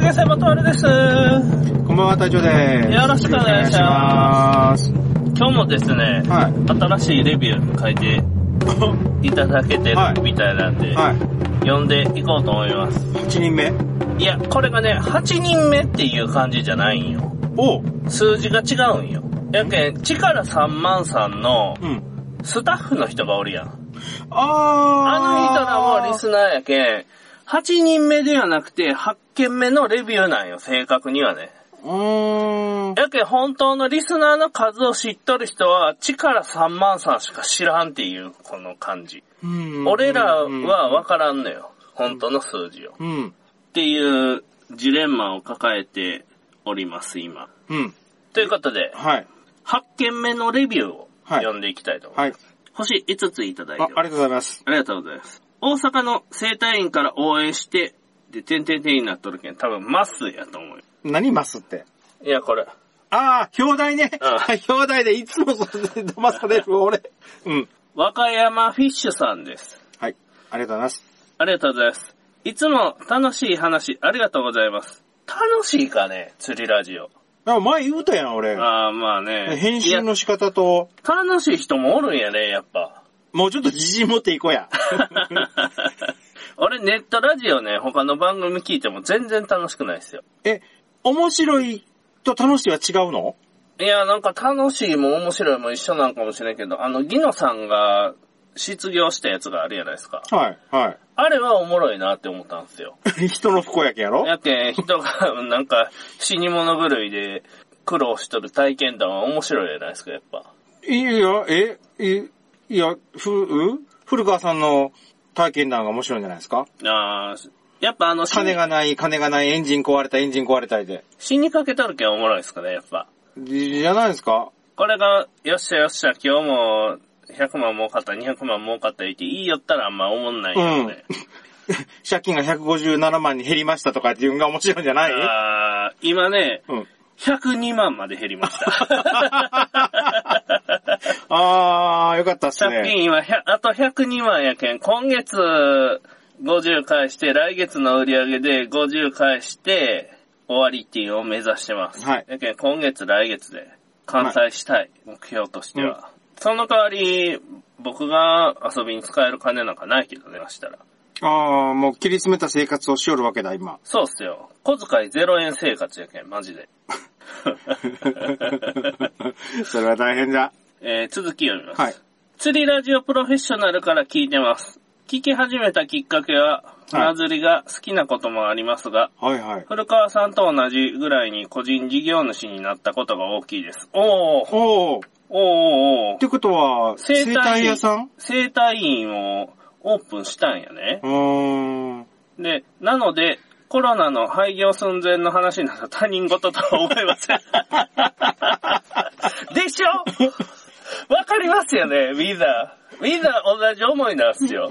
ゲセバトルです。こんばんは、隊長です。よろしくお願いしますよろしく今日もですね、お願いしま新しいレビュー書い てす。はいただけてるはいみたいなんで、い。はい。読んでいこうと思います。 8人目。いや、これがね、8人目っていう感じじゃないんよ。おう。数字が違うんよ。やけん、力3万さんのうん。スタッフの人がおるやん。あああの人らもリスナーやけん、8人目ではなくて8件目のレビューなんよ、正確にはね。うーん。やけん本当のリスナーの数を知っとる人は、力3万さんしか知らんっていう、この感じ。うん俺らは分からんのよ。本当の数字を。っうん。ていうジレンマを抱えております、今。うん。ということで、はい。 8件目のレビューをはい読んでいきたいと思います。はい。星5ついただいあ、あてりまがすとうございます。ありがとうございます。大阪の生体院から応援して、で、てんてんてんになっとるけん、多分マスやと思うよ。何ますって。いや、これ。ああ、表題ね。 う表題でいつもそれで騙される俺。うん。和歌山フィッシュさんです。はい。ありがとうございます。ありがとうございます。いつも楽しい話ありがとうございます。楽しいかね釣りラジオ。あ前言うたやん、俺。ああ、まあね。編集いやの仕方と、楽しい人もおるんやね、やっぱ。 もうちょっと自信持っていこうや。俺ネットラジオね、他の番組聞いても全然楽しくないですよ。え、面白いと楽しいは違うのいや、なんか楽しいも面白いも一緒なんかもしれんけど、あの、ギノさんが失業したやつがあるじゃないですか。はい、はあれはおもろいなって思ったんですよ。い。 人の不幸やけんやろやって、人が、なんか、死に物狂いで苦労しとる体験談は面白いじゃないですか、やっぱ。いや、え、いいや、ふ、う古川さんの体験談が面白いんじゃないですかああ、やっぱあの、死に金がない、金がない、エンジン壊れた、エンジン壊れたいで。死にかけたるけんおもろいですかね、やっぱ。じじゃないですかこれが、よっしゃよっしゃ、今日も、100万儲かった、200万儲かった言って、いいよったらあんま思んないよね。借金が157万に減りましたとかっていうのが面白いんじゃないああ、今ね、うん。 102万まで減りました。あー、よかったっす借ね。金今、100あと102万やけん、今月50返して、来月の売り上げで50返して、終わりっていうのを目指してます。はいやけん、今月来月で完済したい、目標としては。その代わり、僕が遊びに使える金なんかないけどね、したら。あー、もう切り詰めた生活をしよるわけ だ、今。 そうっすよ。小遣い0円生活やけん、マジで。それは大変だ。えー続き読みます。はい。釣りラジオプロフェッショナルから聞いてます。聞き始めたきっかけは、船釣りが好きなこともありますが、はいはい。古川さんと同じぐらいに個人事業主になったことが大きいです。おー、おー。おーおーおってことは、生体院生体屋さん生体院をオープンしたんやねう。ーん。で、なので、コロナの廃業寸前の話など他人事とは思えま せん。でしょわかりますよね、ウィザー。ウィザー同じ思いなんすよ。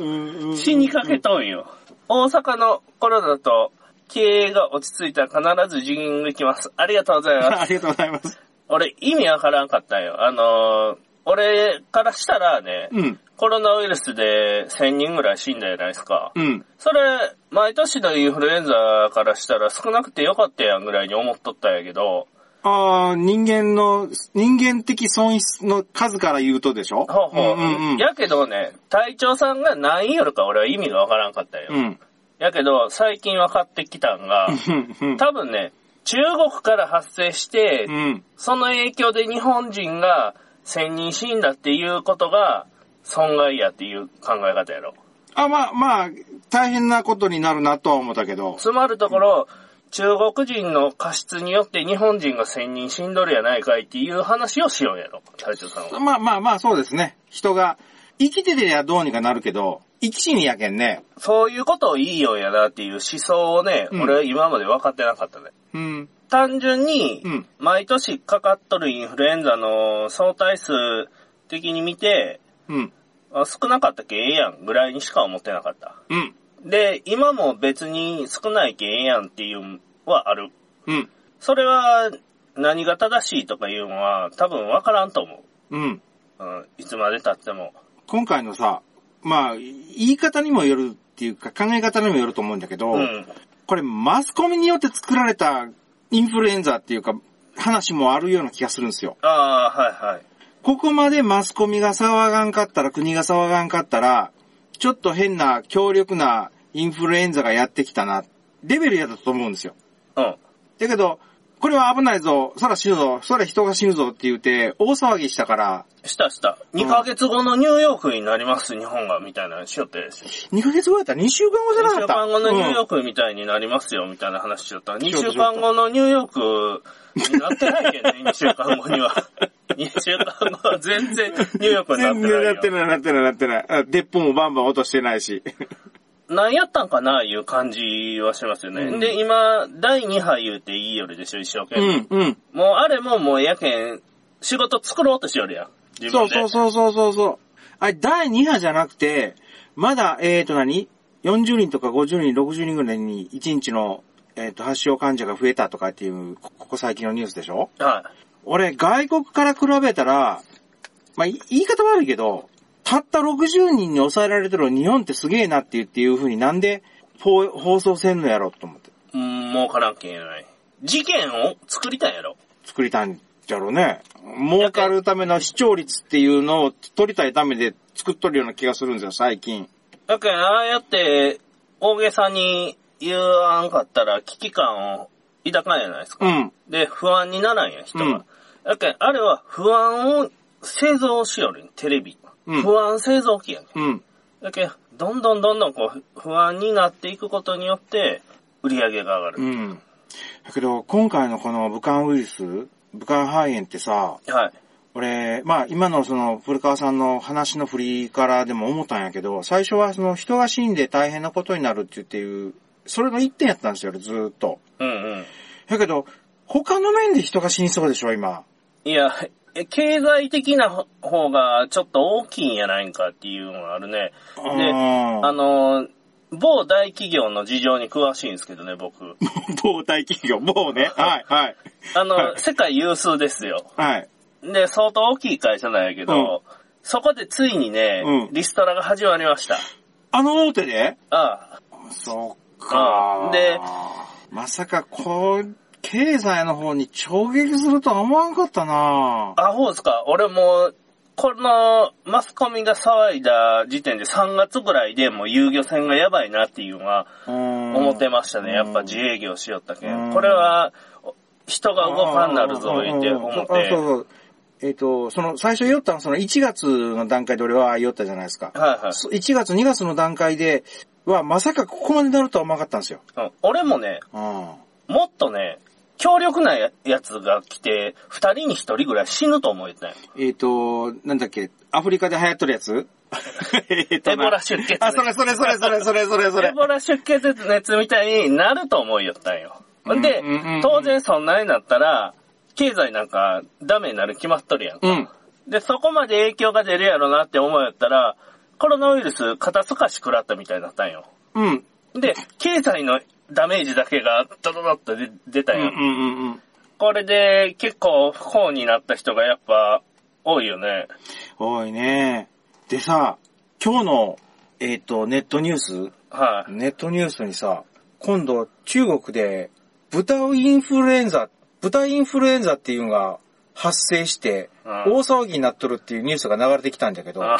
死にかけとんよ。大阪のコロナと経営が落ち着いたら必ずジギング行きます。ありがとうございます。ありがとうございます。俺意味わからんかったんよ。あのー俺からしたらね、うん。コロナウイルスで1000人ぐらい死んだじゃないですか。うん。それ、毎年のインフルエンザからしたら少なくてよかったやんぐらいに思っとったんやけど、ああ、人間の、人間的損失の数から言うとでしほょうほう。んうんうん。やけどね、隊長さんが何位よりか俺は意味がわからんかったんよ。うん。やけど、最近分かってきたんが、うんうん。多分ね、中国から発生して、うん。その影響で日本人が1000人死んだっていうことが損害やっていう考え方やろ。あ、まあ、まあ、大変なことになるなとは思ったけど。つまるところ、中国人の過失によって日本人が1000人死んどるやないかいっていう話をしようやろ、隊長さんは。まあまあまあ、そうですね。人が、生きててりゃどうにかなるけど、生き死にやけんね。そういうことをいいようやなっていう思想をね、うん俺は今まで分かってなかったね。うん。単純にうん、毎年かかっとるインフルエンザの相対数的に見て、うん。あ少なかったけええやんぐらいにしか思ってなかった。うん。で、今も別に少ないけええやんっていうのはある。うん。それは何が正しいとかいうのは多分分からんと思う。うん。うん、いつまで経っても。今回のさ、まあ、言い方にもよるっていうか、考え方にもよると思うんだけど、うん。これマスコミによって作られたインフルエンザっていうか、話もあるような気がするんですよ。ああ、はいはい。ここまでマスコミが騒がんかったら、国が騒がんかったら、ちょっと変な強力なインフルエンザがやってきたな、レベルやったと思うんですよ。うん。だけど、これは危ないぞ、そら死ぬぞ、そら人が死ぬぞって言って、大騒ぎしたから、したした。2ヶ月後のニューヨークになります、日本が、みたいなのしよったやつ。 2ヶ月後やったら2週間後じゃな2か週った。間後のニューヨうーんクみたいになりますよ、みたいな話しちゃった。2しよう週間後のニューヨークになってないけどね、2週 間後には。2週間後は全然ニューヨークになって全然なないってよ。ない、なってない、なってない。あ鉄砲もバンバン落としてないし。何やったんかな、いう感じはしますよね。うんで、今、第2波言うていいよりでしょ、一生懸う命。ん、うん。もうあれももうやけん、仕事作ろうとしよるやん。自分そうで。そうそうそうそうそう。あれ、第2波じゃなくて、まだ、えーと何 ?40 人とか50人、60人ぐらいに1日の、えーと、発症患者が増えたとかっていう、こここ最近のニュースでしょは俺、外国から比べたら、まあ、い言い方悪いけど、たった60人に抑えられてる日本ってすげえなっていうっていう風になんで放放送せんのやろと思ってい。うん、儲からんけんやない。事件を作りたいやろ。作りたんじゃろうね。儲かるための視聴率っていうのを取りたいためで作っとるような気がするんですよ、最近。だけど、ああやって、大げさに言わんかったら危機感を抱かんやないですうか。ん。で、不安にならんや、人が。うんだけど、あれは不安を製造しよるんテレビ。うん不安製造機やねん。うん。だけど、どんどんどんどんこう、不安になっていくことによって、売り上げが上がうる。ん。だけど、今回のこの武漢ウイルス、武漢肺炎ってさ、はい。俺、まあ今のその古川さんの話の振りからでも思ったんやけど、最初はその人が死んで大変なことになるって言っていう、それの一点やったんですよ、ずーっと。うんうん。だけど、他の面で人が死にそうでしょ、今。いや、え経済的な方がちょっと大きいんやないんかっていうのがあるね。で、ああの、某大企業の事情に詳しいんですけどね、僕。某大企業、某ね。はい、はい。あの、世界有数ですよ。はい。で、相当大きい会社なんやけど、そこでついにね、うんリストラが始まりました。あの大手でああ、そっかうん。で、まさか、こう、経済の方に直撃するとは思わんかったなアホですか俺もう、このマスコミが騒いだ時点で3月ぐらいでもう遊漁船がやばいなっていうのは思思ってましたね。やっぱ自由営業しよったけうんん。これは、人が動かんなるぞ、言って思っそうて。そう。えっ、と、その、最初酔ったのはその1月の段階で俺は酔ったじゃないですか。はいはい。そ1月、2月の段階では、まさかここまでなるとは思わなかったんですよ。うん俺もね、うん。もっとね、強力なややつが来て、二人に一人ぐらい死ぬと思ってたんよ。えっ、と、なんだっけ、アフリカで流行っとるやつえっ とエなボラ出血あ、それ熱。それそれそれそれそれそれエ。ボラ出血熱みたいになると思いよったんよ。うんでうんうんうん、当然そんなになったら、経済なんかダメになる決まっとるやん。うん。で、そこまで影響が出るやろなって思いよったら、コロナウイルス肩透かし食らったみたいになったんよ。うん。で、経済のダメージだけがドドドッと出出たうんんよ。うんうんうん。これで結構不幸になった人がやっぱ多いよね。多いね。でさ、今日の、えっ、と、ネットニュースはい。ネットニュースにさ、今度中国で豚インフルエンザ、豚インフルエンザっていうのが発生して、うん大騒ぎになっとるっていうニュースが流れてきたんだけど、あ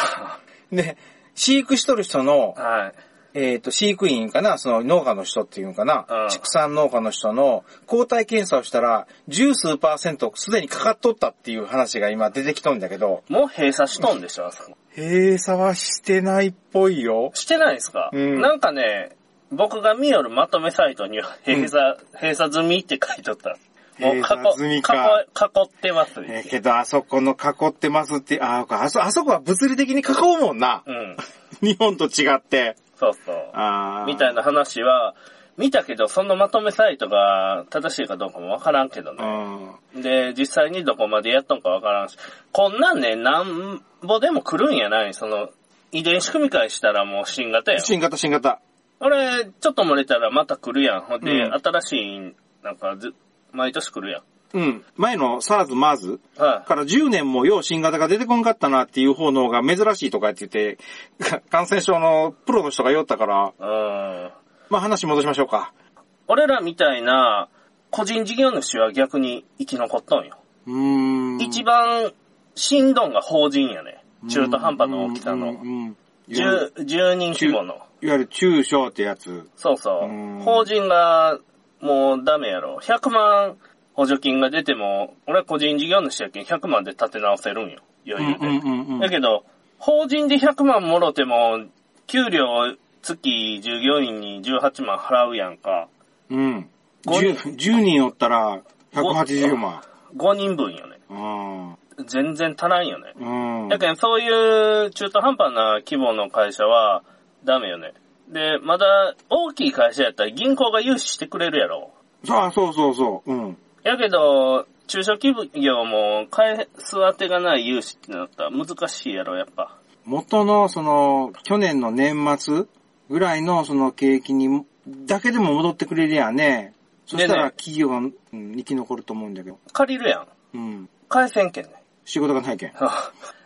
で、飼育しとる人のー、はい。えっ、と、飼育員かな、その農家の人っていうのかな、うん畜産農家の人の抗体検査をしたら、十数パーセントすでにかかっとったっていう話が今出てきとんだけど、もう閉鎖しとんでしょ、あそこ。閉鎖はしてないっぽいよ。してないですか、うんなんかね、僕が見よるまとめサイトには閉鎖、閉鎖済みって書いとった。もう囲、閉鎖済みか囲囲ってます、えーけど、あそこの囲ってますって、あーあそ、あそこは物理的に囲うもんな。うん。日本と違って。そうそう。あーみたい。な話は、見たけど、そのまとめサイトが正しいかどうかもわからんけどうね。ん。で、実際にどこまでやっとんかわからんし、こんなんね、なんぼでも来るんやないその、遺伝子組み換えしたらもう新型やん。新型、新型。あれ、ちょっと漏れたらまた来るやん。ほんで、うん新しい、なんかず、毎年来るやん。うん。前の SARS、MARS はい。から10年もよう新型が出てこんかったなっていう方の方が珍しいとかって言って、 か感染症のプロの人が酔ったから、うん。まあ話戻しましょうか。俺らみたいな個人事業主は逆に生き残っとんよ。うーん。一番、しんどんが法人やね。中途半端の大きさうんの。うんうんいわゆる10 10人規模の。いわゆる中小ってやつ。そうそうう。ん法人が、もうダメやろ。100万補助金が出ても、俺は個人事業主やけん100万で立て直せるんよ。う余ん裕うんで。うんうん。だけど、法人で100万もろても、給料月従業員に18万払うやんか。うん。ご 10, 10人おったら180万。 5人分よね。あ全然足らんよね。ーうん。だけど、そういう中途半端な規模の会社はダメよね。で、まだ大きい会社やったら銀行が融資してくれるやろ。そうあそうそうそう。うん。やけど、中小企業も返す当てがない融資ってなったら難しいやろ、やっぱ。元の、その、去年の年末ぐらいのその景気に、だけでも戻ってくれりゃね、そしたでらね企業が、うん生き残ると思うんだけど。借りるやん。うん。返せんけんね。 仕事がないけん。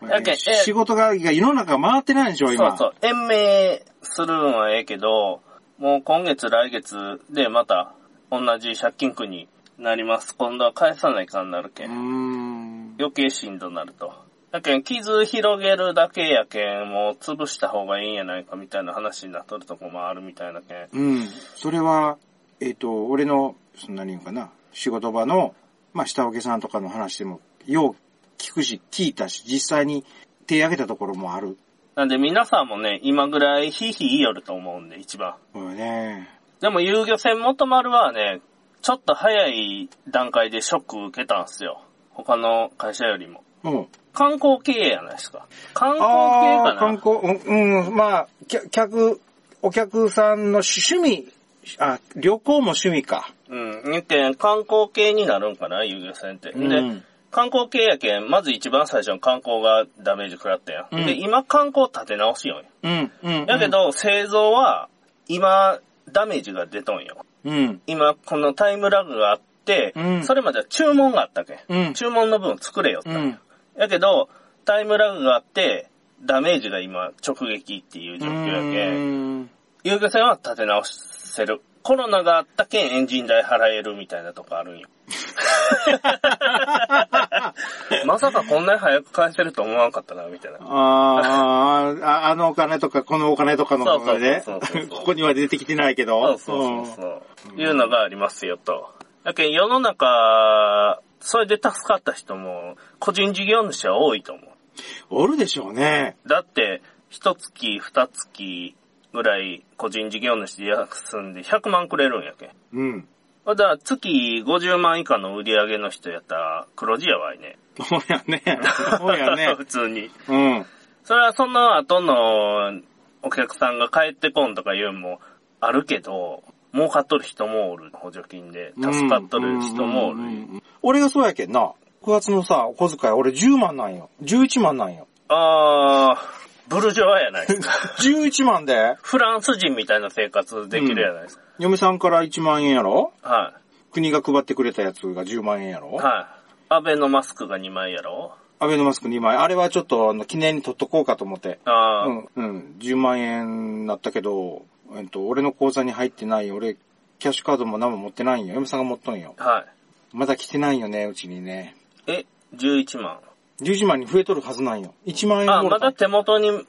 やけん、え、仕そう事が、いや世の中回ってないでしょ、今。そう、延命するんはええけど、もう今月来月でまた同じ借金区になります。今度は返さないかんなるけうーん。ん。余計しんどなると。だけん、傷広げるだけやけん、もう潰した方がいいんやないかみたいな話になっとるとこもあるみたいなけん。うん。それは、えっ、と、俺の、そんなに言うかな、仕事場の、まあ、下請けさんとかの話でも、よう聞くし、聞いたし、実際に手挙げたところもある。なんで皆さんもね、今ぐらいヒーヒー言いよると思うんで、一番。そうよね。でも遊漁船元丸はね、ちょっと早い段階でショック受けたんすよ。他の会社よりも。うん。観光経営やないですか。観光ああー、観系か光、うん、うんまあ、客客、お客さんの趣味、あ、旅行も趣味か。な。うん。やけん観光系になるんかな、遊漁船って。うんで、観光系やけん、まず一番最初の観光がダメージ食らったやん。うんで、今観光立て直しよんよ。うん、うん。やけ、ど、製造は、今、ダメージが出とんよ。うん、今このタイムラグがあって、うんそれまでは注文があったけん。うん、注文の分作れよって。うん。やけど、タイムラグがあって、ダメージが今直撃っていう状況やけん。うん遊漁船は立て直せる。コロナがあったけんエンジン代払えるみたいなとこあるんよ。まさかこんなに早く返せると思わなかったな、みたいな。あーあー、あのお金とか、このお金とかのお金で、そうそうそうそうそうここには出てきてないけそうど。そうそうそう、いうのがありますよと。だけど世の中、それで助かった人も、個人事業主は多いと思う。うんおるでしょうね。だって、一月、二月ぐらい個人事業主で休んで100万くれるんやけん。うん。まだ月50万以下の売り上げの人やったら黒字やわいね。。そうやね。そうやね 普通に。うん。それはその後のお客さんが帰ってこんとかいうのもあるけど、儲かっとる人もおる、補助金で。助かっとる人もおうんうんうんる。うん俺がそうやけんな。9月のさ、お小遣い俺10万なんよ。11万なんよ。あー、ブルジョワやないですか。 11万で、フランス人みたいな生活できるやないですか。嫁さんから1万円やろは国が配ってくれたやつが10万円やろい。はい。アベノマスクが2枚やろアベノマスク2枚。あれはちょっとあの記念に取っとこうかと思って。あー、うん、うん、10万円だったけど、えっと、俺の口座に入ってない、俺、キャッシュカードも何も持ってないんよ。嫁さんが持っとんよ。はい。まだ来てないよね、うちにね。え、11万。 11万に増えとるはずなんよ。1万円あ、もろまたんだ手元に1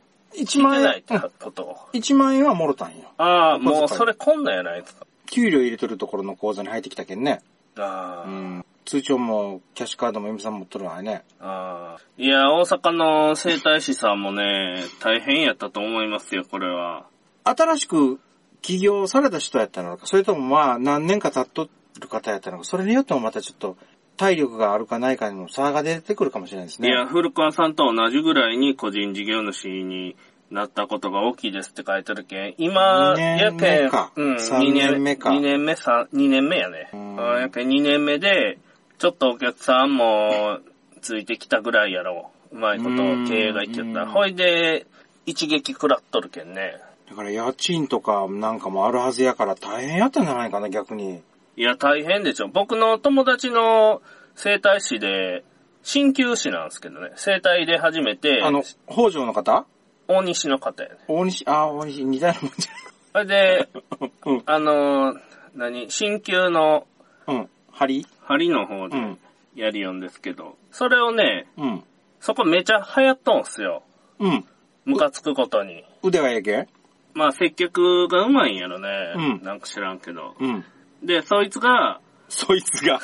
来て万ない円っ、てこと。 1万円はもろたんよ。あー、もうそれこんなんやないですか。給料入れとるところの口座に入ってきたけんね。あうー。ん。通帳も、キャッシュカードも嫁さん持っとるわね。ああ。いや、大阪の整体師さんもね、大変やったと思いますよ、これは。新しく起業された人やったのか、それともまあ何年か経っとる方やったのか、それによってもまたちょっと体力があるかないかにも差が出てくるかもしれないですいね。や、古川さんと同じぐらいに個人事業主になったことが大きいですって書いてるけん。今、二や年目けん、かうん、三二年目か2年目、三二年目やね。ううんん、やけん2年目で、ちょっとお客さんもついてきたぐらいやろう。うまいことうん経営がいっちゃったうら。んほいで、一撃食らっとるけんね。だから家賃とかなんかもあるはずやから大変やったんじゃないかな、逆に。いや、大変でしょ。僕の友達の整体師で、鍼灸師なんですけどね。整体で初めて、あの、北条の方大西の方やね。大西、あ、大西、似たようなもんじ それで、ゃない。うん。あのー何、鍼灸のうん。針針の方うでん。やりよんですけど、それをね、うん。そこめちゃ流行っとんすよ。うん。ムカつくことに。腕がええけまあ接客がうまいんやろね。うんなんか知らんけど。うん。で、そいつが、そいつが。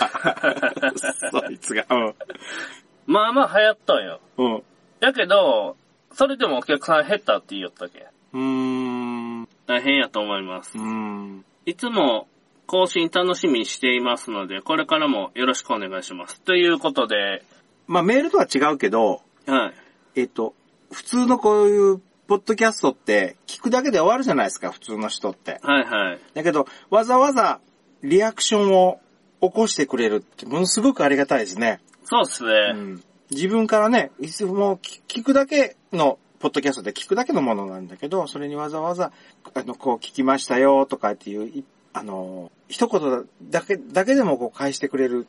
そいつが。まあまあ流行っとんよ。うん。うん。だけど、それでもお客さん減ったって言いよったけ。うーん。う大変やと思います。ーん。いつも更新楽しみにしていますので、これからもよろしくお願いします。ということで、まあ、メールとは違うけど、はい。えっと、普通のこういう、ポッドキャストって、聞くだけで終わるじゃないですか、普通の人って。はいはい。だけど、わざわざ、リアクションを起こしてくれるって、ものすごくありがたいですね。そうっすうね。ん。自分からね、いつも聞聞くだけの、ポッドキャストで聞くだけのものなんだけど、それにわざわざ、あの、こう聞きましたよとかっていう、いあの、一言だけ、だけでもこう返してくれる、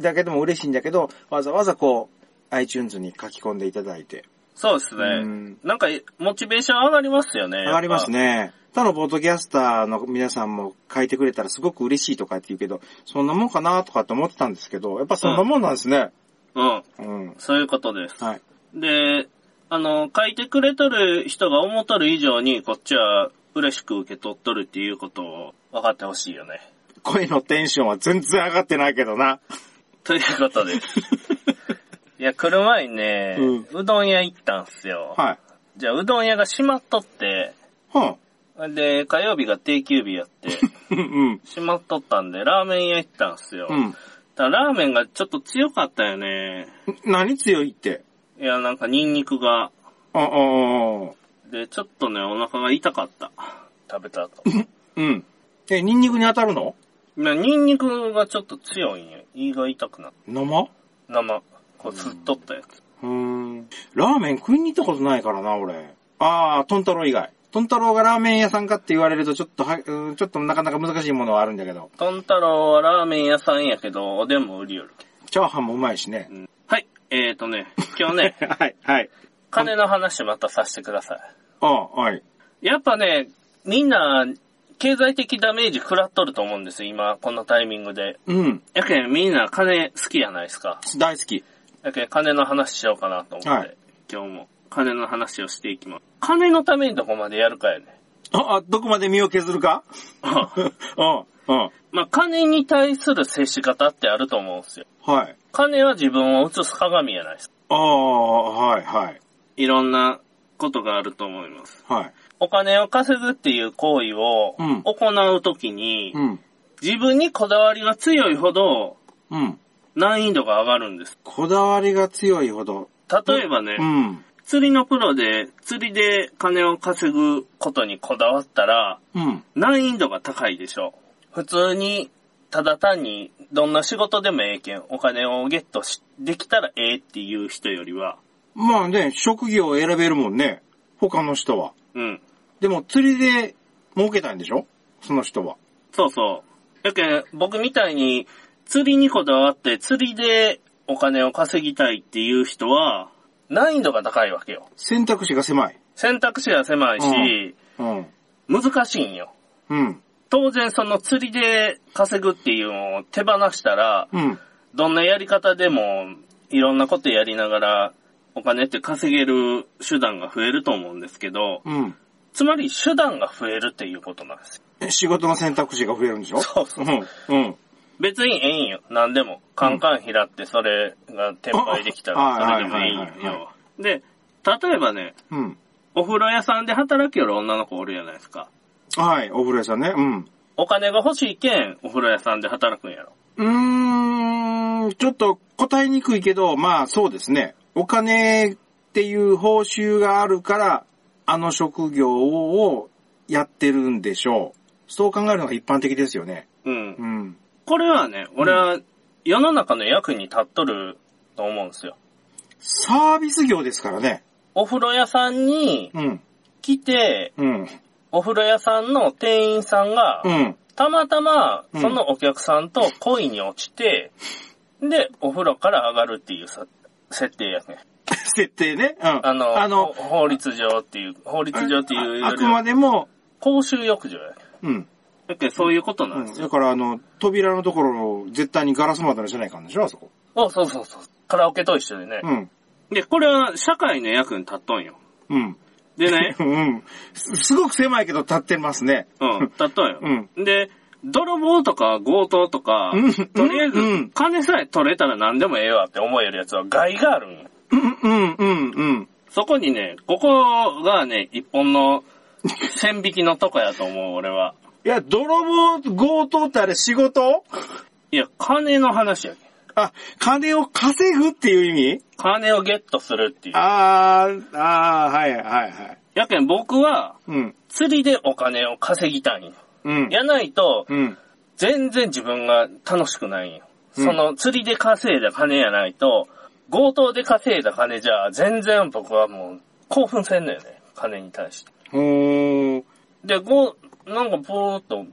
だけでも嬉しいんだけど、わざわざこう、iTunes に書き込んでいただいて。そうっすね。うんなんか、モチベーション上がりますよね。上がりますね。ね。他のポッドキャスターの皆さんも書いてくれたらすごく嬉しいとかって言うけど、そんなもんかなとかって思ってたんですけど、やっぱそんなもんなんですね。うん。うん。そういうことです。はい。で、あの、書いてくれとる人が思っとる以上に、こっちは嬉しく受け取っとるっていうことを分かってほしいよ ね。声のテンションは全然上がってないけどな。ということ です。いや、来る前にね、ううどん屋行ったんすよ。はい。じゃあ、うどん屋が閉まっとって、うん。で、火曜日が定休日やって、 うん。閉まっとったんで、ラーメン屋行ったんすよ。うん。ただラーメンがちょっと強かったよね。何強いって。いや、なんかニンニクが。ああ、あで、ちょっとね、お腹が痛かった。食べた 後。うん。え、ニンニクに当たるのなニンニクがちょっと強いんよ。胃が痛くなった。生生。こう、吸っとったやつ。うーん。ラーメン食いに行ったことないからな、俺。ああ、トンタロウ以外。トンタロウがラーメン屋さんかって言われると、ちょっとは、うーんちょっとなかなか難しいものはあるんだけど。トンタロウはラーメン屋さんやけど、おでんも売りよる。チャーハンもうまいしね、う。んはい。えーとね、今日ね はい、はい。金の話またさせてください。ああ、はい。やっぱね、みんな、経済的ダメージ食らっとると思うんですよ、今、このタイミングで。うん。やけん、みんな金好きじゃないですか。大好き。やけん、金の話しようかなと思って、はい今日も金の話をしていきます。金のためにどこまでやるか やね。あ、あ、どこまで身を削るか うん、うん。まあ、金に対する接し方ってあると思うんですよ。はい。金は自分を映す鏡じゃないですか。ああ、はい、はい。いろんなことがあると思います。はい。お金を稼ぐっていう行為をうん行うときに、うん。自分にこだわりが強いほどうん。難易度が上がるんです。こだわりが強いほど。例えばね、うん。釣りのプロで釣りで金を稼ぐことにこだわったらうん。難易度が高いでしょう。普通にただ単にどんな仕事でもええけんお金をゲットしできたらええっていう人よりは、まあね、職業を選べるもんね。他の人は。うん。でも釣りで儲けたいんでしょその人は。そうそう。やけん僕みたいに釣りにこだわって釣りでお金を稼ぎたいっていう人は難易度が高いわけよ。選択肢が狭い。選択肢が狭いし、うん。難しいんよ。うん。当然その釣りで稼ぐっていうのを手放したら、うん。どんなやり方でもいろんなことやりながらお金って稼げる手段が増えると思うんですけど、うん。つまり手段が増えるっていうことなんですよ。え仕事の選択肢が増えるんでしょそうそううん。うん。別にええんよ。何でも。カンカン拾ってそれが転売できたらあそれでもええんはいはいはいよ。で、例えばね、うん。お風呂屋さんで働きよる女の子おるじゃないですか。はい、お風呂屋さんね。うん。お金が欲しいけん、お風呂屋さんで働くんやろ。うーん、ちょっと答えにくいけど、まあそうですね。お金っていう報酬があるから、あの職業をやってるんでしょう。そう考えるのが一般的ですよね。うんう。ん。これはね、俺は世の中の役に立っとると思うんですよ。サービス業ですからね。お風呂屋さんにうん。来て、うん。お風呂屋さんの店員さんがう、ん。たまたまうんそのお客さんと恋に落ちて、で、お風呂から上がるっていうさ設定やね。設定ね。うん。あの、あの、ほ法律上っていう、法律上っていうあよありくまは、でも、公衆浴場やね。うん。だけどそういうことなうんでん。すよだ。から、あの、扉のところを絶対にガラス窓にしないかんでしょ、あそこ。お、そうそうそう。カラオケと一緒でね。うん。で、これは社会の役に立っとんよ。うん。、でね うん。すすごく狭いけど立ってますね。うん、立っとんよ。で、泥棒とか強盗とかうん、とりあえうずん、金さえ取れたら何でもええわって思えるやつは害があるんようん、うん、うん、うん。そこにね、ここがね、一本の線引きのとこやと思う、俺 は。いや、泥棒、強盗ってあれ仕事いや、金の話やけん。あ、金を稼ぐっていう意味金をゲットするっていう。あー、あー、はい、はい、はい。やけん僕は、うん、釣りでお金を稼ぎたいんよ。うん。やないと、うん、全然自分が楽しくないんよ。うんその釣りで稼いだ金やないと、強盗で稼いだ金じゃ、全然僕はもう興奮せんのよね。金に対して。ほー。で、こう、なんかぽーっと、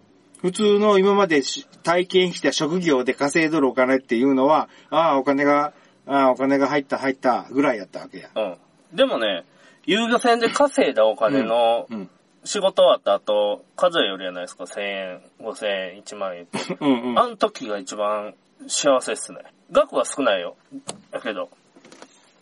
普通の今までし体験した職業で稼いどるお金っていうのは、ああ、お金が、ああ、お金が入った入ったぐらいやったわけや。うん。でもね、遊漁船で稼いだお金のうん。仕事終わった後、数えよりやないですか、1000円、5000円、1万円って。うんうん。あの時が一番幸せっすね。額は少ないよ。だけど。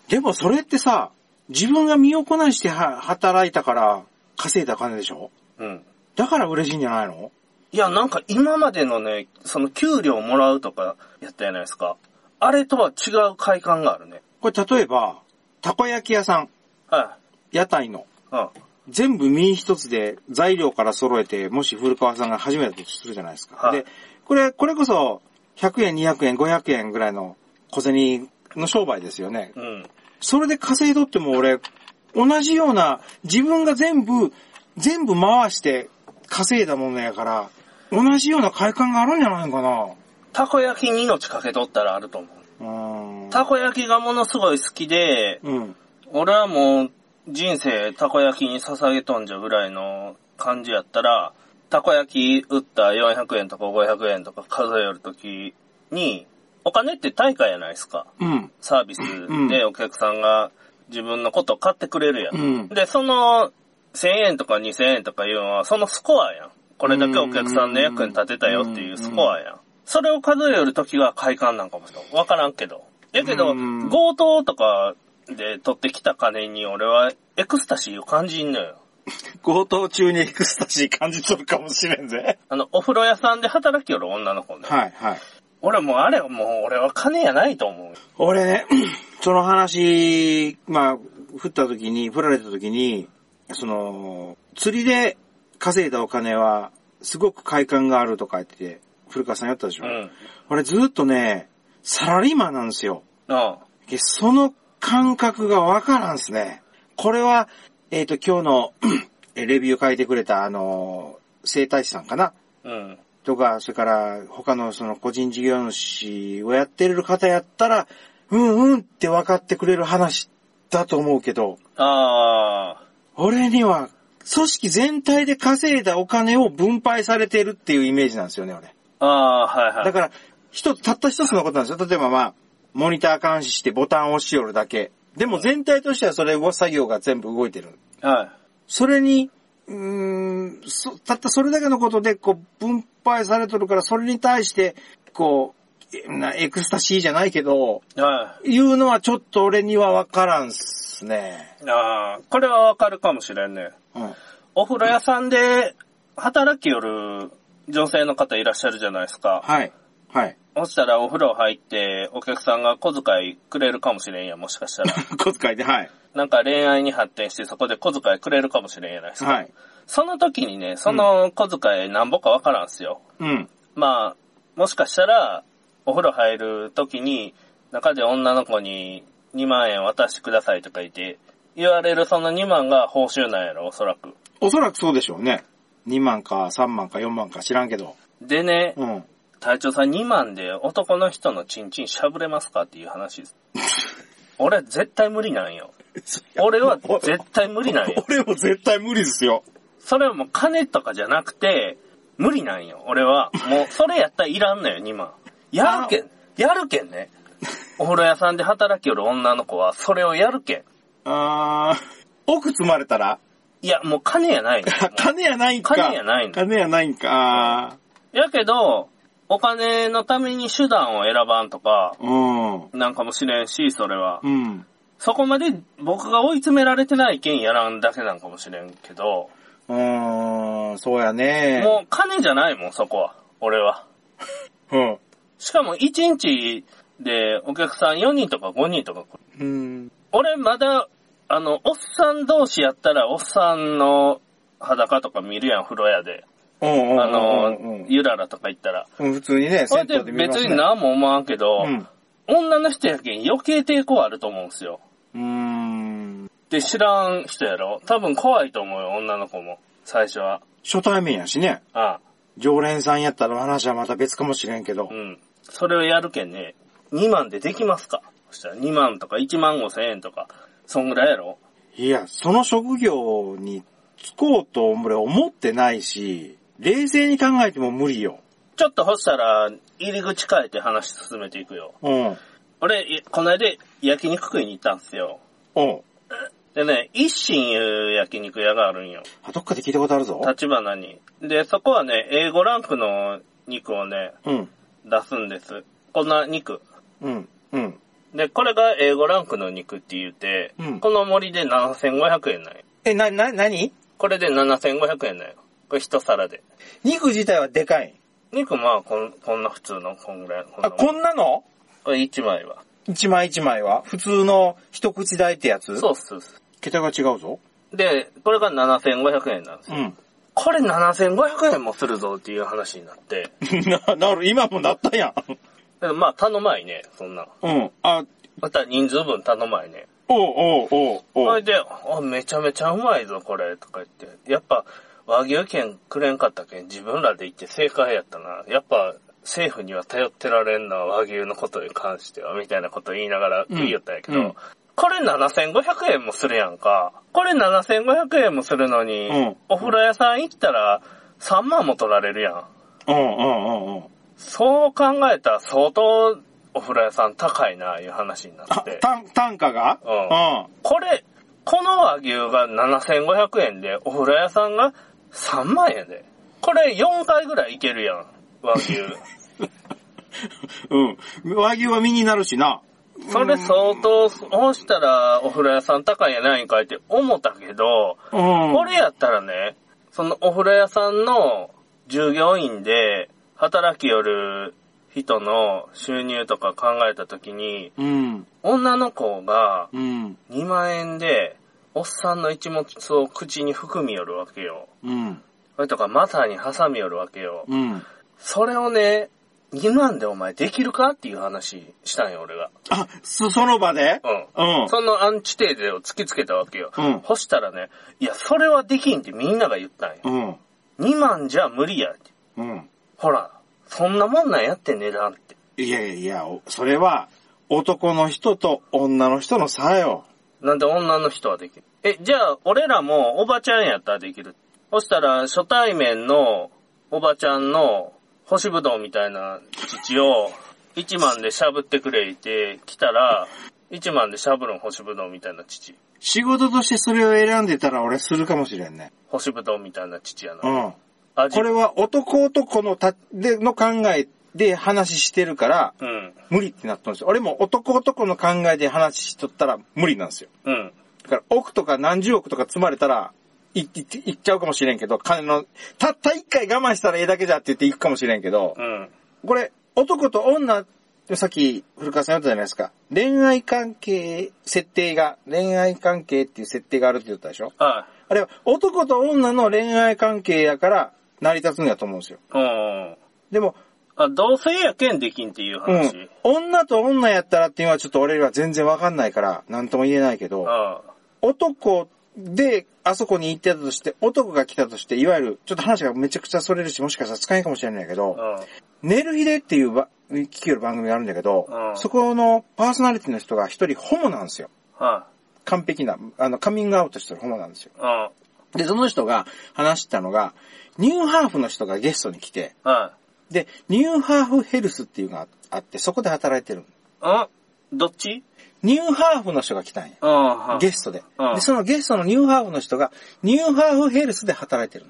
でもそれってさ、自分が身をこなしては働いたから稼いだ金でしょうん。だから嬉しいんじゃないのいや、なんか今までのね、その給料もらうとかやったじゃないですか。あれとは違う快感があるね。これ例えば、たこ焼き屋さん、は屋台の、い。うん。全部身一つで材料から揃えて、もし古川さんが初めてとするじゃないですか。はいで、これ、これこそ、100円、200円、500円ぐらいの小銭の商売ですよね。うん。それで稼いどっても俺、同じような、自分が全部、全部回して稼いだものやから、同じような快感があるんじゃないのかなたこ焼きに命かけとったらあると思う。うーん。たこ焼きがものすごい好きで、うん。俺はもう人生たこ焼きに捧げとんじゃぐらいの感じやったら、たこ焼き売った400円とか500円とか数えるときに、お金って対価やないですか。うん。サービスでお客さんが自分のことを買ってくれるやん。うん。で、その1000円とか2000円とかいうのは、そのスコアやん。これだけお客さんの役に立てたよっていうスコアやん。それを数えるときが快感なんかもしれん。わからんけど。やけどうん、強盗とかで取ってきた金に俺はエクスタシーを感じんのよ。強盗中にエクスタシー感じとるかもしれんぜ。あの、お風呂屋さんで働きよる女の子ね。はい、はい。俺もうあれ、もう俺は金やないと思う。俺ね、 その話、まあ、振った時に、振られた時に、その、釣りで稼いだお金は、すごく快感があるとか言って、古川さんやったでしょ、うん。俺ずっとね、サラリーマンなんですよ。うん。でその感覚がわからんすね。これは、えっ、と、今日の、 えレビュー書いてくれた、あの、生態師さんかなうん。とか、それから他のその個人事業主をやってる方やったら、うんうんって分かってくれる話だと思うけど、あ俺には組織全体で稼いだお金を分配されてるっていうイメージなんですよね、俺。あ、ああー、はいはい。だから、一つ、たった一つのことなんですよ。例えばまあ、モニター監視してボタンを押しよるだけ。でも全体としてはそれを作業が全部動いてる。はい。それに、うーん、そ、たったそれだけのことで、こう、分配されとるから、それに対して、こう、なエクスタシーじゃないけど、はいうのはちょっと俺にはわからんっすね。い。ああ、これはわかるかもしれんね。うん。お風呂屋さんで働きよる女性の方いらっしゃるじゃないですか。はい。はい。 そしたらお風呂入ってお客さんが小遣いくれるかもしれんやん、もしかしたら。小遣いで、はい。なんか恋愛に発展してそこで小遣いくれるかもしれんやないですか。はい。その時にね、その小遣いなんぼかわからんすよ。うん。まあ、もしかしたら、お風呂入る時に、中で女の子に2万円渡してくださいとか言って、言われるその2万が報酬なんやろ、おそらく。おそらくそうでしょうね。2万か3万か4万か知らんけど。でね、うん。隊長さん2万で男の人のチンチンしゃぶれますかっていう話です。 俺は絶対無理なんよ。 俺は絶対無理なんよ。 俺も絶対無理ですよ。それはもう金とかじゃなくて、無理なんよ。俺は。もう、それやったらいらんのよ、2万。やるけん。やるけんね。お風呂屋さんで働きよる女の子は、それをやるけん。あー、奥積まれたらいいや、もう金や ない、ね。金やないんか。金やないの金やないんか。やけど、お金のために手段を選ばんとか、うん。なんかもしれんし、それは。うん。そこまで僕が追い詰められてないけんやらんだけなんかもしれんけど、うーん、そうやね。もう金じゃないもん、そこは。俺は。うん。しかも1日でお客さん4人とか5人とか来る。うん。俺まだ、あの、おっさん同士やったら、おっさんの裸とか見るやん、風呂屋で。うんうんうんうあん。の、ゆららとか行ったら。うん、普通にね、これ銭で湯で見ま別すね。に何も思わんけど、うん。女の人やけん余計抵抗あると思うんすよ。うーん。で、知らん人やろ多分怖いと思うよ、女の子も。最初は。初対面やしね。あ常連さんやったら話はまた別かもしれんけどあう。ん。それをやるけんね、2万でできますかそしたら2万とか1万5千円とか、そんぐらいやろいや、その職業に就こうと俺思ってないし、冷静に考えても無理よ。ちょっとほしたら、入り口変えて話進めていくよ。うん。俺、いこの間焼肉食いに行ったんすよ。うん。でね、一心いう焼肉屋があるんよ。あ、どっかで聞いたことあるぞ。立花に。で、そこはね、A5 ランクの肉をね、うん。出すんです。こんな肉。うん。うん。で、これが A5 ランクの肉って言うて、うんこの森で7500円なんよ。え、な、な、なにこれで7500円なんよ。これ一皿で。肉自体はでかい。肉まあこん、こんな普通の、こんぐらい。こんなあ、こんなのこれ一枚は。一枚一枚は普通の一口大ってやつそうっす。そうっす桁が違うぞ。で、これが7500円なんですうよ。ん。これ7500円もするぞっていう話になって。 な、なる、今もなったやん。でまあ頼まいね、そんな。うん。あ、また人数分頼まいね。おうおうおうそおれう。で、あ、めちゃめちゃうまいぞ、これ、とか言って。やっぱ、和牛券くれんかったけん、自分らで行って正解やったな。やっぱ、政府には頼ってられんな、和牛のことに関しては、みたいなこと言いながらうん食いよったんやけど、うんこれ7500円もするやんか。これ7500円もするのに、うんお風呂屋さん行ったら3万も取られるやん。うんうんうんうん。そう考えたら相当お風呂屋さん高いな、いう話になたって、。た、単価がうんこれ、この和牛が7500円で、お風呂屋さんが3万円で。これ4回ぐらいいけるやん、和牛。 うん。うん。和牛は身になるしな。それ相当、そうしたらお風呂屋さん高いやないんかいって思ったけど、うん。これやったらね、そのお風呂屋さんの従業員で働きよる人の収入とか考えた時に、うん。女の子がうん。 2万円で、おっさんの一物を口に含みよるわけよ。うん。それとか、マサに挟みよるわけよ。うん。それをね、2万でお前できるかっていう話したんよ、俺が。あ、そ、その場でうん。うん。そのアンチテーゼを突きつけたわけよ。うんほしたらね、いや、それはできんってみんなが言ったんよ。うん。 2万じゃ無理やって。うん。ほら、そんなもんなんやって値段って。いやいや、おそれは、男の人と女の人の差よ。なんで女の人はできる。え、じゃあ、俺らもおばちゃんやったらできる。そしたら、初対面のおばちゃんの干しぶどうみたいな父を1万でしゃぶってくれ言って来たら、1万でしゃぶるん干しぶどうみたいな父。仕事としてそれを選んでたら俺するかもしれんね。干しぶどうみたいな父やな。うん。味これは男男のた、で、の考えで話してるから、うん。無理ってなったんですよ。俺も男男の考えで話しとったら無理なんですよ。うん。だから億とか何十億とか積まれたら、い、い、いっちゃうかもしれんけど、金の、たった一回我慢したらええだけじゃって言っていくかもしれんけど、うん。これ、男と女、さっき古川さん言ったじゃないですか。恋愛関係、設定が、恋愛関係っていう設定があるって言ったでしょあ、あれは男と女の恋愛関係やから成り立つんだと思うんですよ。うん。でも、あ、同性やけんできんっていうう話。ん。女と女やったらっていうのはちょっと俺ら全然わかんないから、なんとも言えないけど、あ男であそこに行ってたとして、男が来たとして、いわゆる、ちょっと話がめちゃくちゃそれるし、もしかしたら使えんかもしれないけあ、うど、ん。寝る日でっていうば聞きよる番組があるんだけど、うんそこのパーソナリティの人が一人ホモなんですよ。は完璧な、あの、カミングアウトしてるホモなんですよ。い。うん。で、その人が話したのが、ニューハーフの人がゲストに来て、はで、ニューハーフヘルスっていうのがあって、そこで働いてる。い。うんどっちニューハーフの人が来たんや。うん、はゲストでうんで。そのゲストのニューハーフの人が、ニューハーフヘルスで働いてる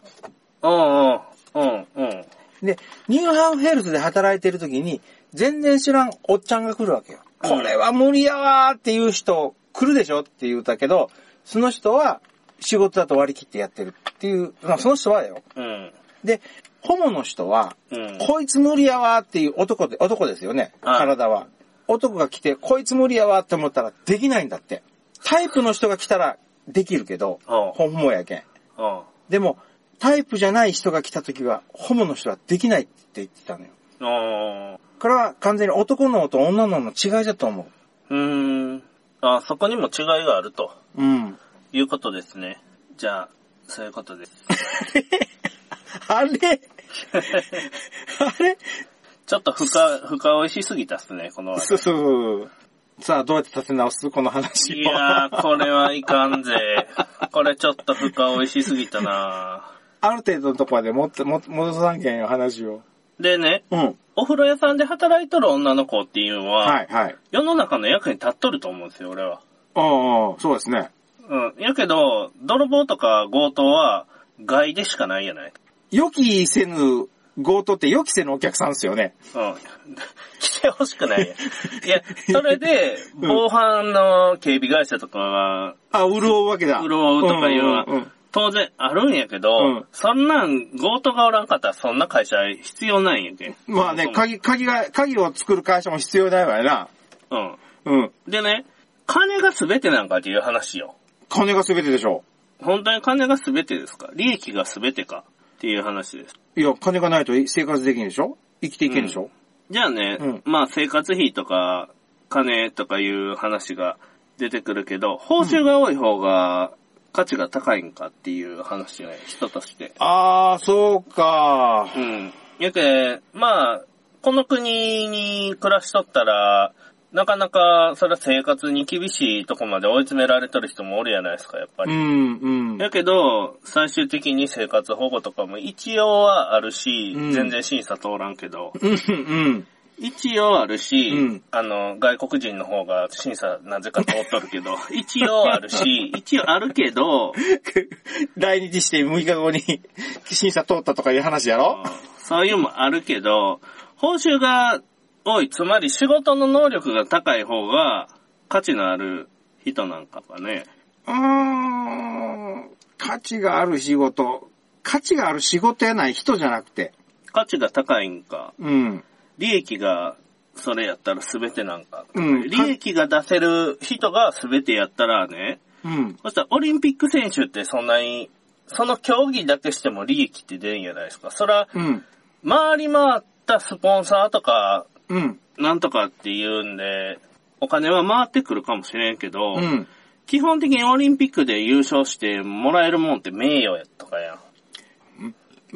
の。うん、うん、うん、うん。で、ニューハーフヘルスで働いてる時に、全然知らんおっちゃんが来るわけよ。うんこれは無理やわーっていう人来るでしょって言うたけど、その人は仕事だと割り切ってやってるっていう、まあその人はだよ。うん、で、ホモの人は、うん。こいつ無理やわーっていう男で、男ですよね。はい体は。男が来て、こいつ無理やわーって思ったらできないんだって。タイプの人が来たらできるけど、うんホモやけん。うんでも、タイプじゃない人が来た時は、ホモの人はできないって言ってたのよ。うん。これは完全に男のと女のの違いだと思うーん。あ、そこにも違いがあるとう。うん。いうことですね。じゃあ、そういうことです。あれあれちょっと深、深追いしすぎたっすね、この話。そうそうそう。さあ、どうやって立て直すこの話を。いやー、これはいかんぜ。これちょっと深追いしすぎたなある程度のとこまでもっと、もっと戻さんけんよ、話を。でね、うん。お風呂屋さんで働いとる女の子っていうのは、はい、はい。世の中の役に立っとると思うんですよ、俺は。うんうん、そうですね。うん。やけど、泥棒とか強盗は、害でしかないやない。予期せぬ強盗って予期せぬお客さんですよね。うん。 来てほしくないやん。い や、それで、防犯の警備会社とかが、あ、潤うわけだ。潤うとかいうのはんんん当然あるんやけど、うんそんなん、強盗がおらんかったらそんな会社必要ないんやけ。まあね、鍵、鍵が、鍵を作る会社も必要ないわよな。うん。うん。でね、金が全てなんかっていう話よ。金が全てでしょ本当に金が全てですか利益が全てかっていう話です。う。いや、金がないと生活できんでしょ生きていけんでしょ、じゃあね、うんまあ生活費とか金とかいう話が出てくるけど、報酬が多い方が価値が高いんかっていう話ね、人として。ああ、そうかう。ん。やけ、まあ、この国に暮らしとったら、なかなかそれは生活に厳しいとこまで追い詰められてる人もおるやないですか、やっぱうり。ん、うん。やけど、最終的に生活保護とかも一応はあるし、うん全然審査通らんけど、うん、うん。一応あるし、うんあの、外国人の方が審査なぜか通っとるけ ど、一応あるし、一応あるけど、来日して6日後に 審査通ったとかいう話やろそういうのもあるけど、報酬が多い、つまり仕事の能力が高い方が価値のある人なんかがね。うーん。価値がある仕事。価値がある仕事やない人じゃなくて。価値が高いんか、うん。利益がそれやったら全てなんか。うん利益が出せる人が全てやったらね、うん。そしたらオリンピック選手ってそんなに、その競技だけしても利益って出るんじゃないですか。そら、うん。回り回ったスポンサーとか、うん。なんとかって言うんで、お金は回ってくるかもしれんけど、うん。基本的にオリンピックで優勝してもらえるもんって名誉やとかやん。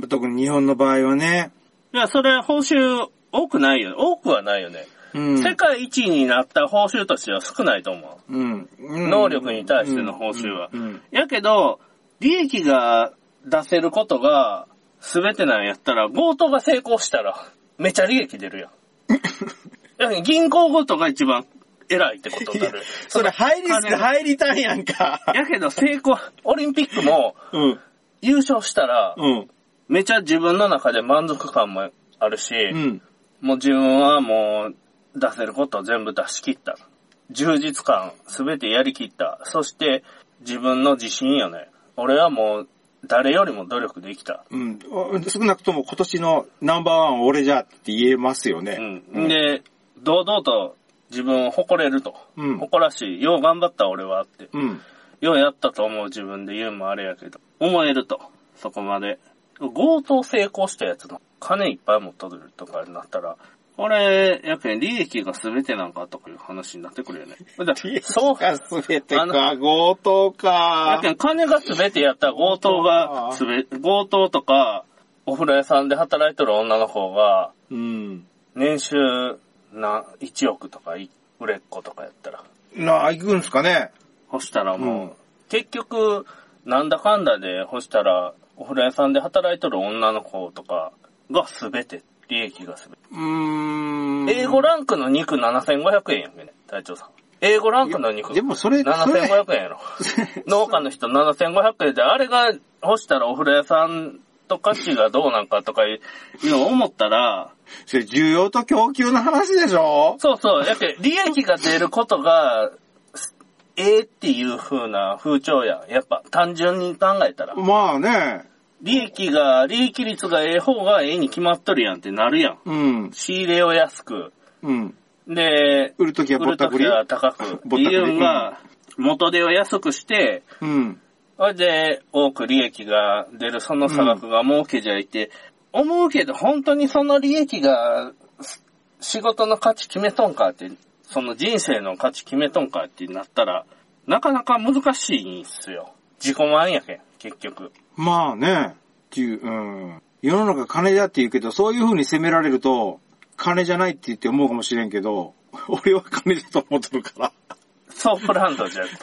特に日本の場合はね。いや、それ報酬多くないよね。多くはないよね。うん。世界一になった報酬としては少ないと思うん。う。能力に対しての報酬はう。ん。やけど、利益が出せることが全てなんやったら、強盗が成功したら、めちゃ利益出る やん。要するに銀行強盗が一番偉いってことになる。それハイリスク金が入りたいやんか。やけど成功、オリンピックもうん。優勝したら、うん。めちゃ自分の中で満足感もあるし、うん。もう自分はもう出せることを全部出し切った。充実感、すべてやり切った。そして自分の自信よね。俺はもう誰よりも努力できた。うん。お少なくとも今年のナンバーワンは俺じゃって言えますよね。うん。で、堂々と自分を誇れると。うん誇らしい。よう頑張った俺はって。うん。ようやったと思う自分で言うのもあれやけど、思えると、そこまで。強盗成功したやつの金いっぱい持っとるとかになったら、これ、やけん利益が全てなんかとかいう話になってくる よね。だからそう。か、すべてあか、の強盗やかけ。ん金が全てやったら強盗がすべ、強盗とか、お風呂屋さんで働いとる女の方が、うん。年収な、1億とかい、売れっ子とかやったら。なあ、行くんですかね。干したらもう、うん結局、なんだかんだで干したら、お風呂屋さんで働いとる女の子とかが全て、利益が全て。うーん。英語ランクの肉7500円やんけね。隊長さん。英語ランク何かでもそれ、それ、 7500円やろ。農家の人7500円で、あれが干したらお風呂屋さんと価値がどうなんかとかいうのを思ったら、それ需要と供給の話でしょそうそう、やけ利益が出ることが、ええっていう風な風潮や。やっぱ単純に考えたら。まあね。利益が、利益率がええ方がええに決まっとるやんってなるやん。うん。仕入れを安く。うん。で、売るときは売ぼっるたとくきり。は高く。ぼったくり理由が、元手を安くして、うん。それで、多く利益が出るその差額が儲けじゃいて、思うけど、本当にその利益が、す仕事の価値決めとんかって、その人生の価値決めとんかってなったら、なかなか難しいんすよ。自己満やけん、結局。まあね。っていう、うん。世の中金だって言うけど、そういう風に責められると、金じゃないって言って思うかもしれんけど、 俺は金だと思ってるから。ソープランドじゃんと。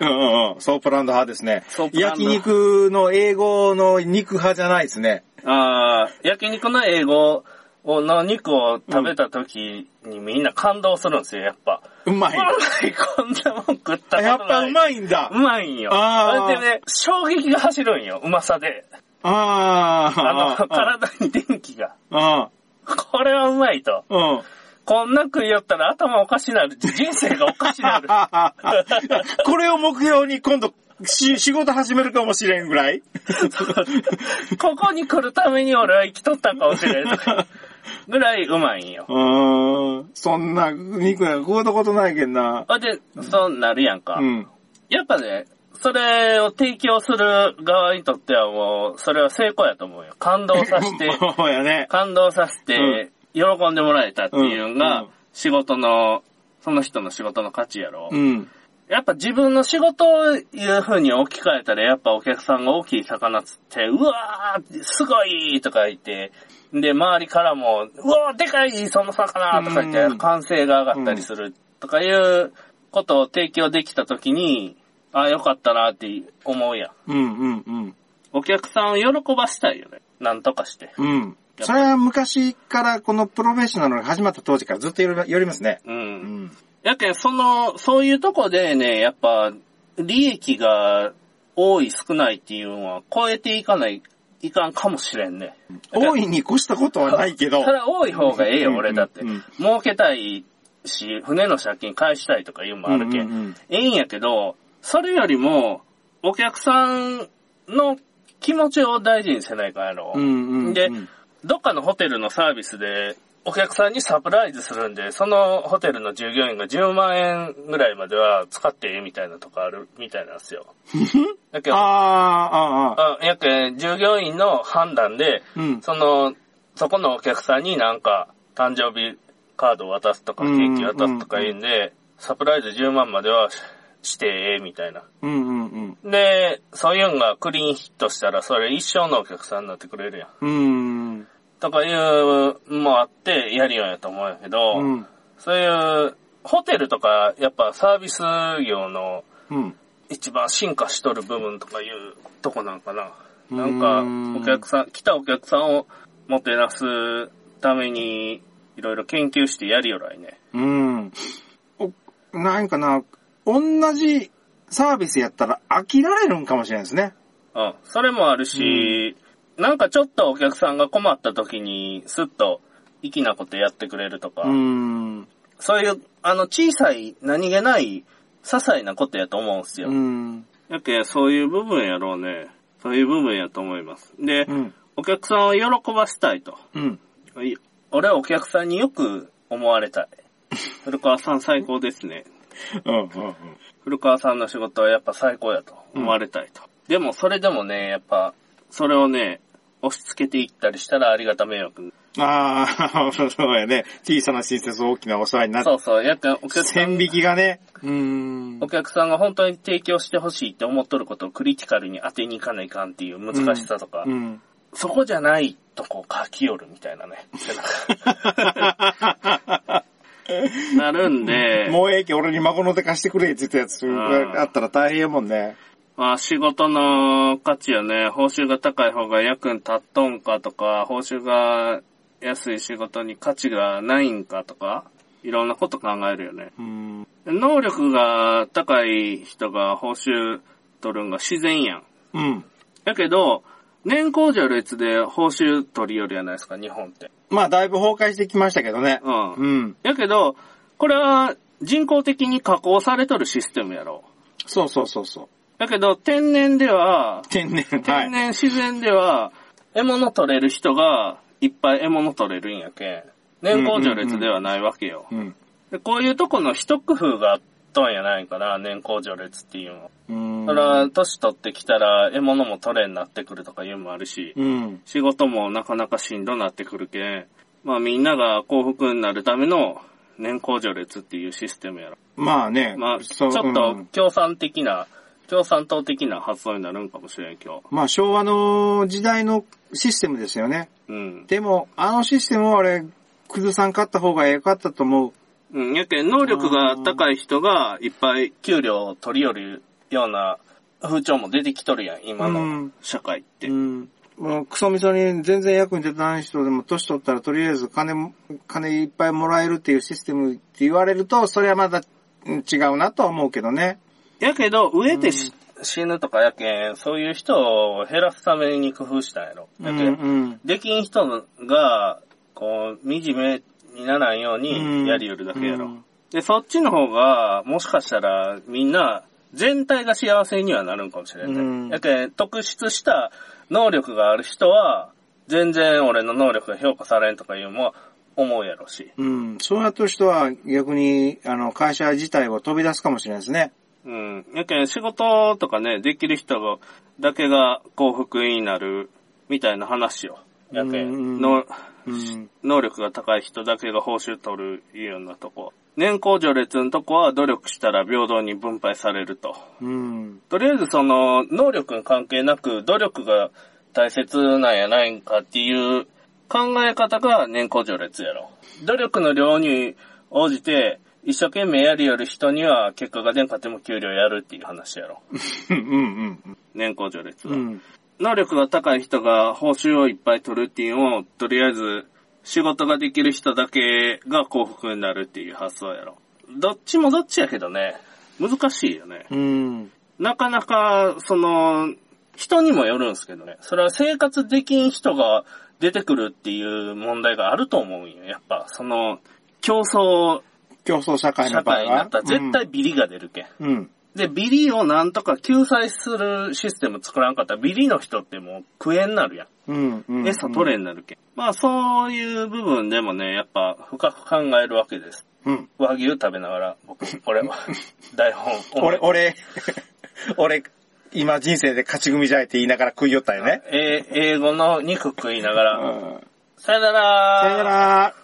うんうんうん。ソープランド派ですねソー。プランド焼肉の英語の肉派じゃないですね。ああ、焼肉の英語の肉を食べた時にみんな感動するんですよ、やっぱ。う まい。こんなもん食ったことない。やっぱうまいんだ。うまいんよ。あーそれでね、衝撃が走るんよ、うまさで。ああ。あの、あ体に電気が。あ。これはうまいと。うん。こんな食いよったら頭おかしなる。人生がおかしな る。 これを目標に今度、し、仕事始めるかもしれんぐら いここに来るために俺は生きとったんかもしれんとか。ぐらいうまいん よ。うーん。そんな、肉が食うたことないけんな。ほんで、そうなるやんか。うん。やっぱね、それを提供する側にとってはもう、それは成功やと思うよ。感動さ せて、そうやね。感動させうて、喜んでもらえたっていうのうんうがん、仕事の、その人の仕事の価値やろ。うん。やっぱ自分の仕事をいう風に置き換えたら、やっぱお客さんが大きい魚釣って、うわー、すごいとか言って、で、周りからも、うわー、でかいその魚とか言うって、ん歓声が上がったりするとかいうことを提供できた時に、ああ、よかったなって思うやん。うん、うん、うん。お客さんを喜ばしたいよね。なんとかして。うん。それは昔からこのプロフェッショナルが始まった当時からずっとよりますね。う。うんん。やけん、その、そういうとこでね、やっぱ、利益が多い少ないっていうのは超えていかない、いかんかもしれんね。大いに越したことはないけ どた。だ多い方がええうんよ、うん俺だってうん。儲けたいし、船の借金返したいとかいうのもあるけうんうんうんん。ええんやけど、それよりも、お客さんの気持ちを大事にせないかんやろ。うんうんうんで、どっかのホテルのサービスで、お客さんにサプライズするんで、そのホテルの従業員が10万円ぐらいまでは使ってええみたいなとかあるみたいなんですよ。だけあど、あ、ああ、あやけん従業員の判断で、うん。その、そこのお客さんになんか、誕生日カードを渡すとか、ケうんーキ渡すとか言うんで、サプライズ10万まではししてええみたいな。うん、うん、うん。で、そういうのがクリーンヒットしたら、それ一生のお客さんになってくれるやん。うん。とかいうのもあってやるようやと思うんやけど、うん。そういうホテルとかやっぱサービス業のうん。一番進化しとる部分とかいうとこなんかな。なうんかんお客さん、来たお客さんをもてなすためにいろいろ研究してやるよらいね。うん。お、なんかな、同じサービスやったら飽きられるんかもしれないですね。うん。それもあるし、なんかちょっとお客さんが困った時にスッと粋なことやってくれるとか、うん。うそういうあの小さい何気ない些細なことやと思うんすよ。ん。やけ、そういう部分やろうね。そういう部分やと思います。で、うん。お客さんを喜ばしたいと。うん。い俺はお客さんによく思われ たい。古川さん最高ですね。うん。古川さんの仕事はやっぱ最高やと思われたいと。でもそれでもね、やっぱ、それをね、押し付けていったりしたらありがた迷惑。ああ、そうやね。小さな親切大きなお世話になっそうそう、やっぱおて、客さん線、引きがね。うんお。客さんが本当に提供してほしいって思っとることをクリティカルに当てに行かないかんっていう難しさとか、うん。そこじゃないとこ書き寄るみたいなね。 なるんで、もうええけ、俺に孫の手貸してくれって言ったやつがあったら大変やもんね。まあ仕事の価値よね、報酬が高い方が役に立っとんかとか、報酬が安い仕事に価値がないんかとか、いろんなこと考えるよね。うん。能力が高い人が報酬取るんが自然やん。うん。やけど、年功序列で報酬取りよるやないですか、日本って。まあ、だいぶ崩壊してきましたけどね。うん。うん。やけど、これは人工的に加工されとるシステムやろ。そうそうそうそう。やけど、天然では、天然。は天い。然自然では、獲物取れる人がいっぱい獲物取れるんやけん。年功序列ではないわけよ。うん。でこういうとこの一工夫があったんやないかな、年功序列っていうのは。うん。それは、年取ってきたら獲物も取れになってくるとかいうのもあるし、うん。仕事もなかなかしんどなってくるけん、まあみんなが幸福になるための年功序列っていうシステムやろ。まあね。まあ、ちそょうっうとん共産的な、共産党的な発想になるんかもしれん、今日。まあ、昭和の時代のシステムですよね。うん。でも、あのシステムは俺、崩さんかった方が良かったと思う。うん、やけん能力が高い人がいっぱい給料を取り寄るような風潮も出てきとるやん、今の社会って。うん。もう、クソみそに全然役に立たない人でも、年取ったらとりあえず金も、金いっぱいもらえるっていうシステムって言われると、それはまだうん違うなとは思うけどね。やけど、飢えてし死ぬとかやけん、そういう人を減らすために工夫したんやろ。うやん、け、うんん。できん人が、こう、惨めにならんよううんにやりよるだけやろ。うんで、そっちの方が、もしかしたら、みんな、全体が幸せにはなるんかもしれない。うんやけん、特出した能力がある人は、全然俺の能力が評価されんとかいうのも思うやろし。うん。そうやった人は逆に、あの、会社自体を飛び出すかもしれないですね。うん。やけん、仕事とかね、できる人がだけが幸福になる、みたいな話を。やけうんうんん、のうん。能力が高い人だけが報酬取るようなとこ。年功序列のとこは努力したら平等に分配されると。うん。とりあえずその、能力に関係なく努力が大切なんやないんかっていう考え方が年功序列やろ。努力の量に応じて、一生懸命やりよる人には結果が出んかっても給料やるって いう話やろ。うんうんうん。年功序列は。うん。能力が高い人が報酬をいっぱい取るっていうのを、とりあえず仕事ができる人だけが幸福になるっていう発想やろ。どっちもどっちやけどね、難しいよね。うん。なかなか、その、人にもよるんですけどね。それは生活できん人が出てくるっていう問題があると思うんよ。やっぱ、その、競争競争社会の社場合会は。になったら絶対ビリが出るけん。うん。うん。で、ビリをなんとか救済するシステム作らんかったら、ビリの人ってもう食えんなるやん。うん。うん。餌取れになるけん。まあそういう部分でもね、やっぱ深く考えるわけです。うん。和牛食べながら、僕、これ は、台本。俺、俺、 俺、今人生で勝ち組じゃいって言いながら食いよったよね。えー英語の肉食いながうら、ん。さよならさよなら。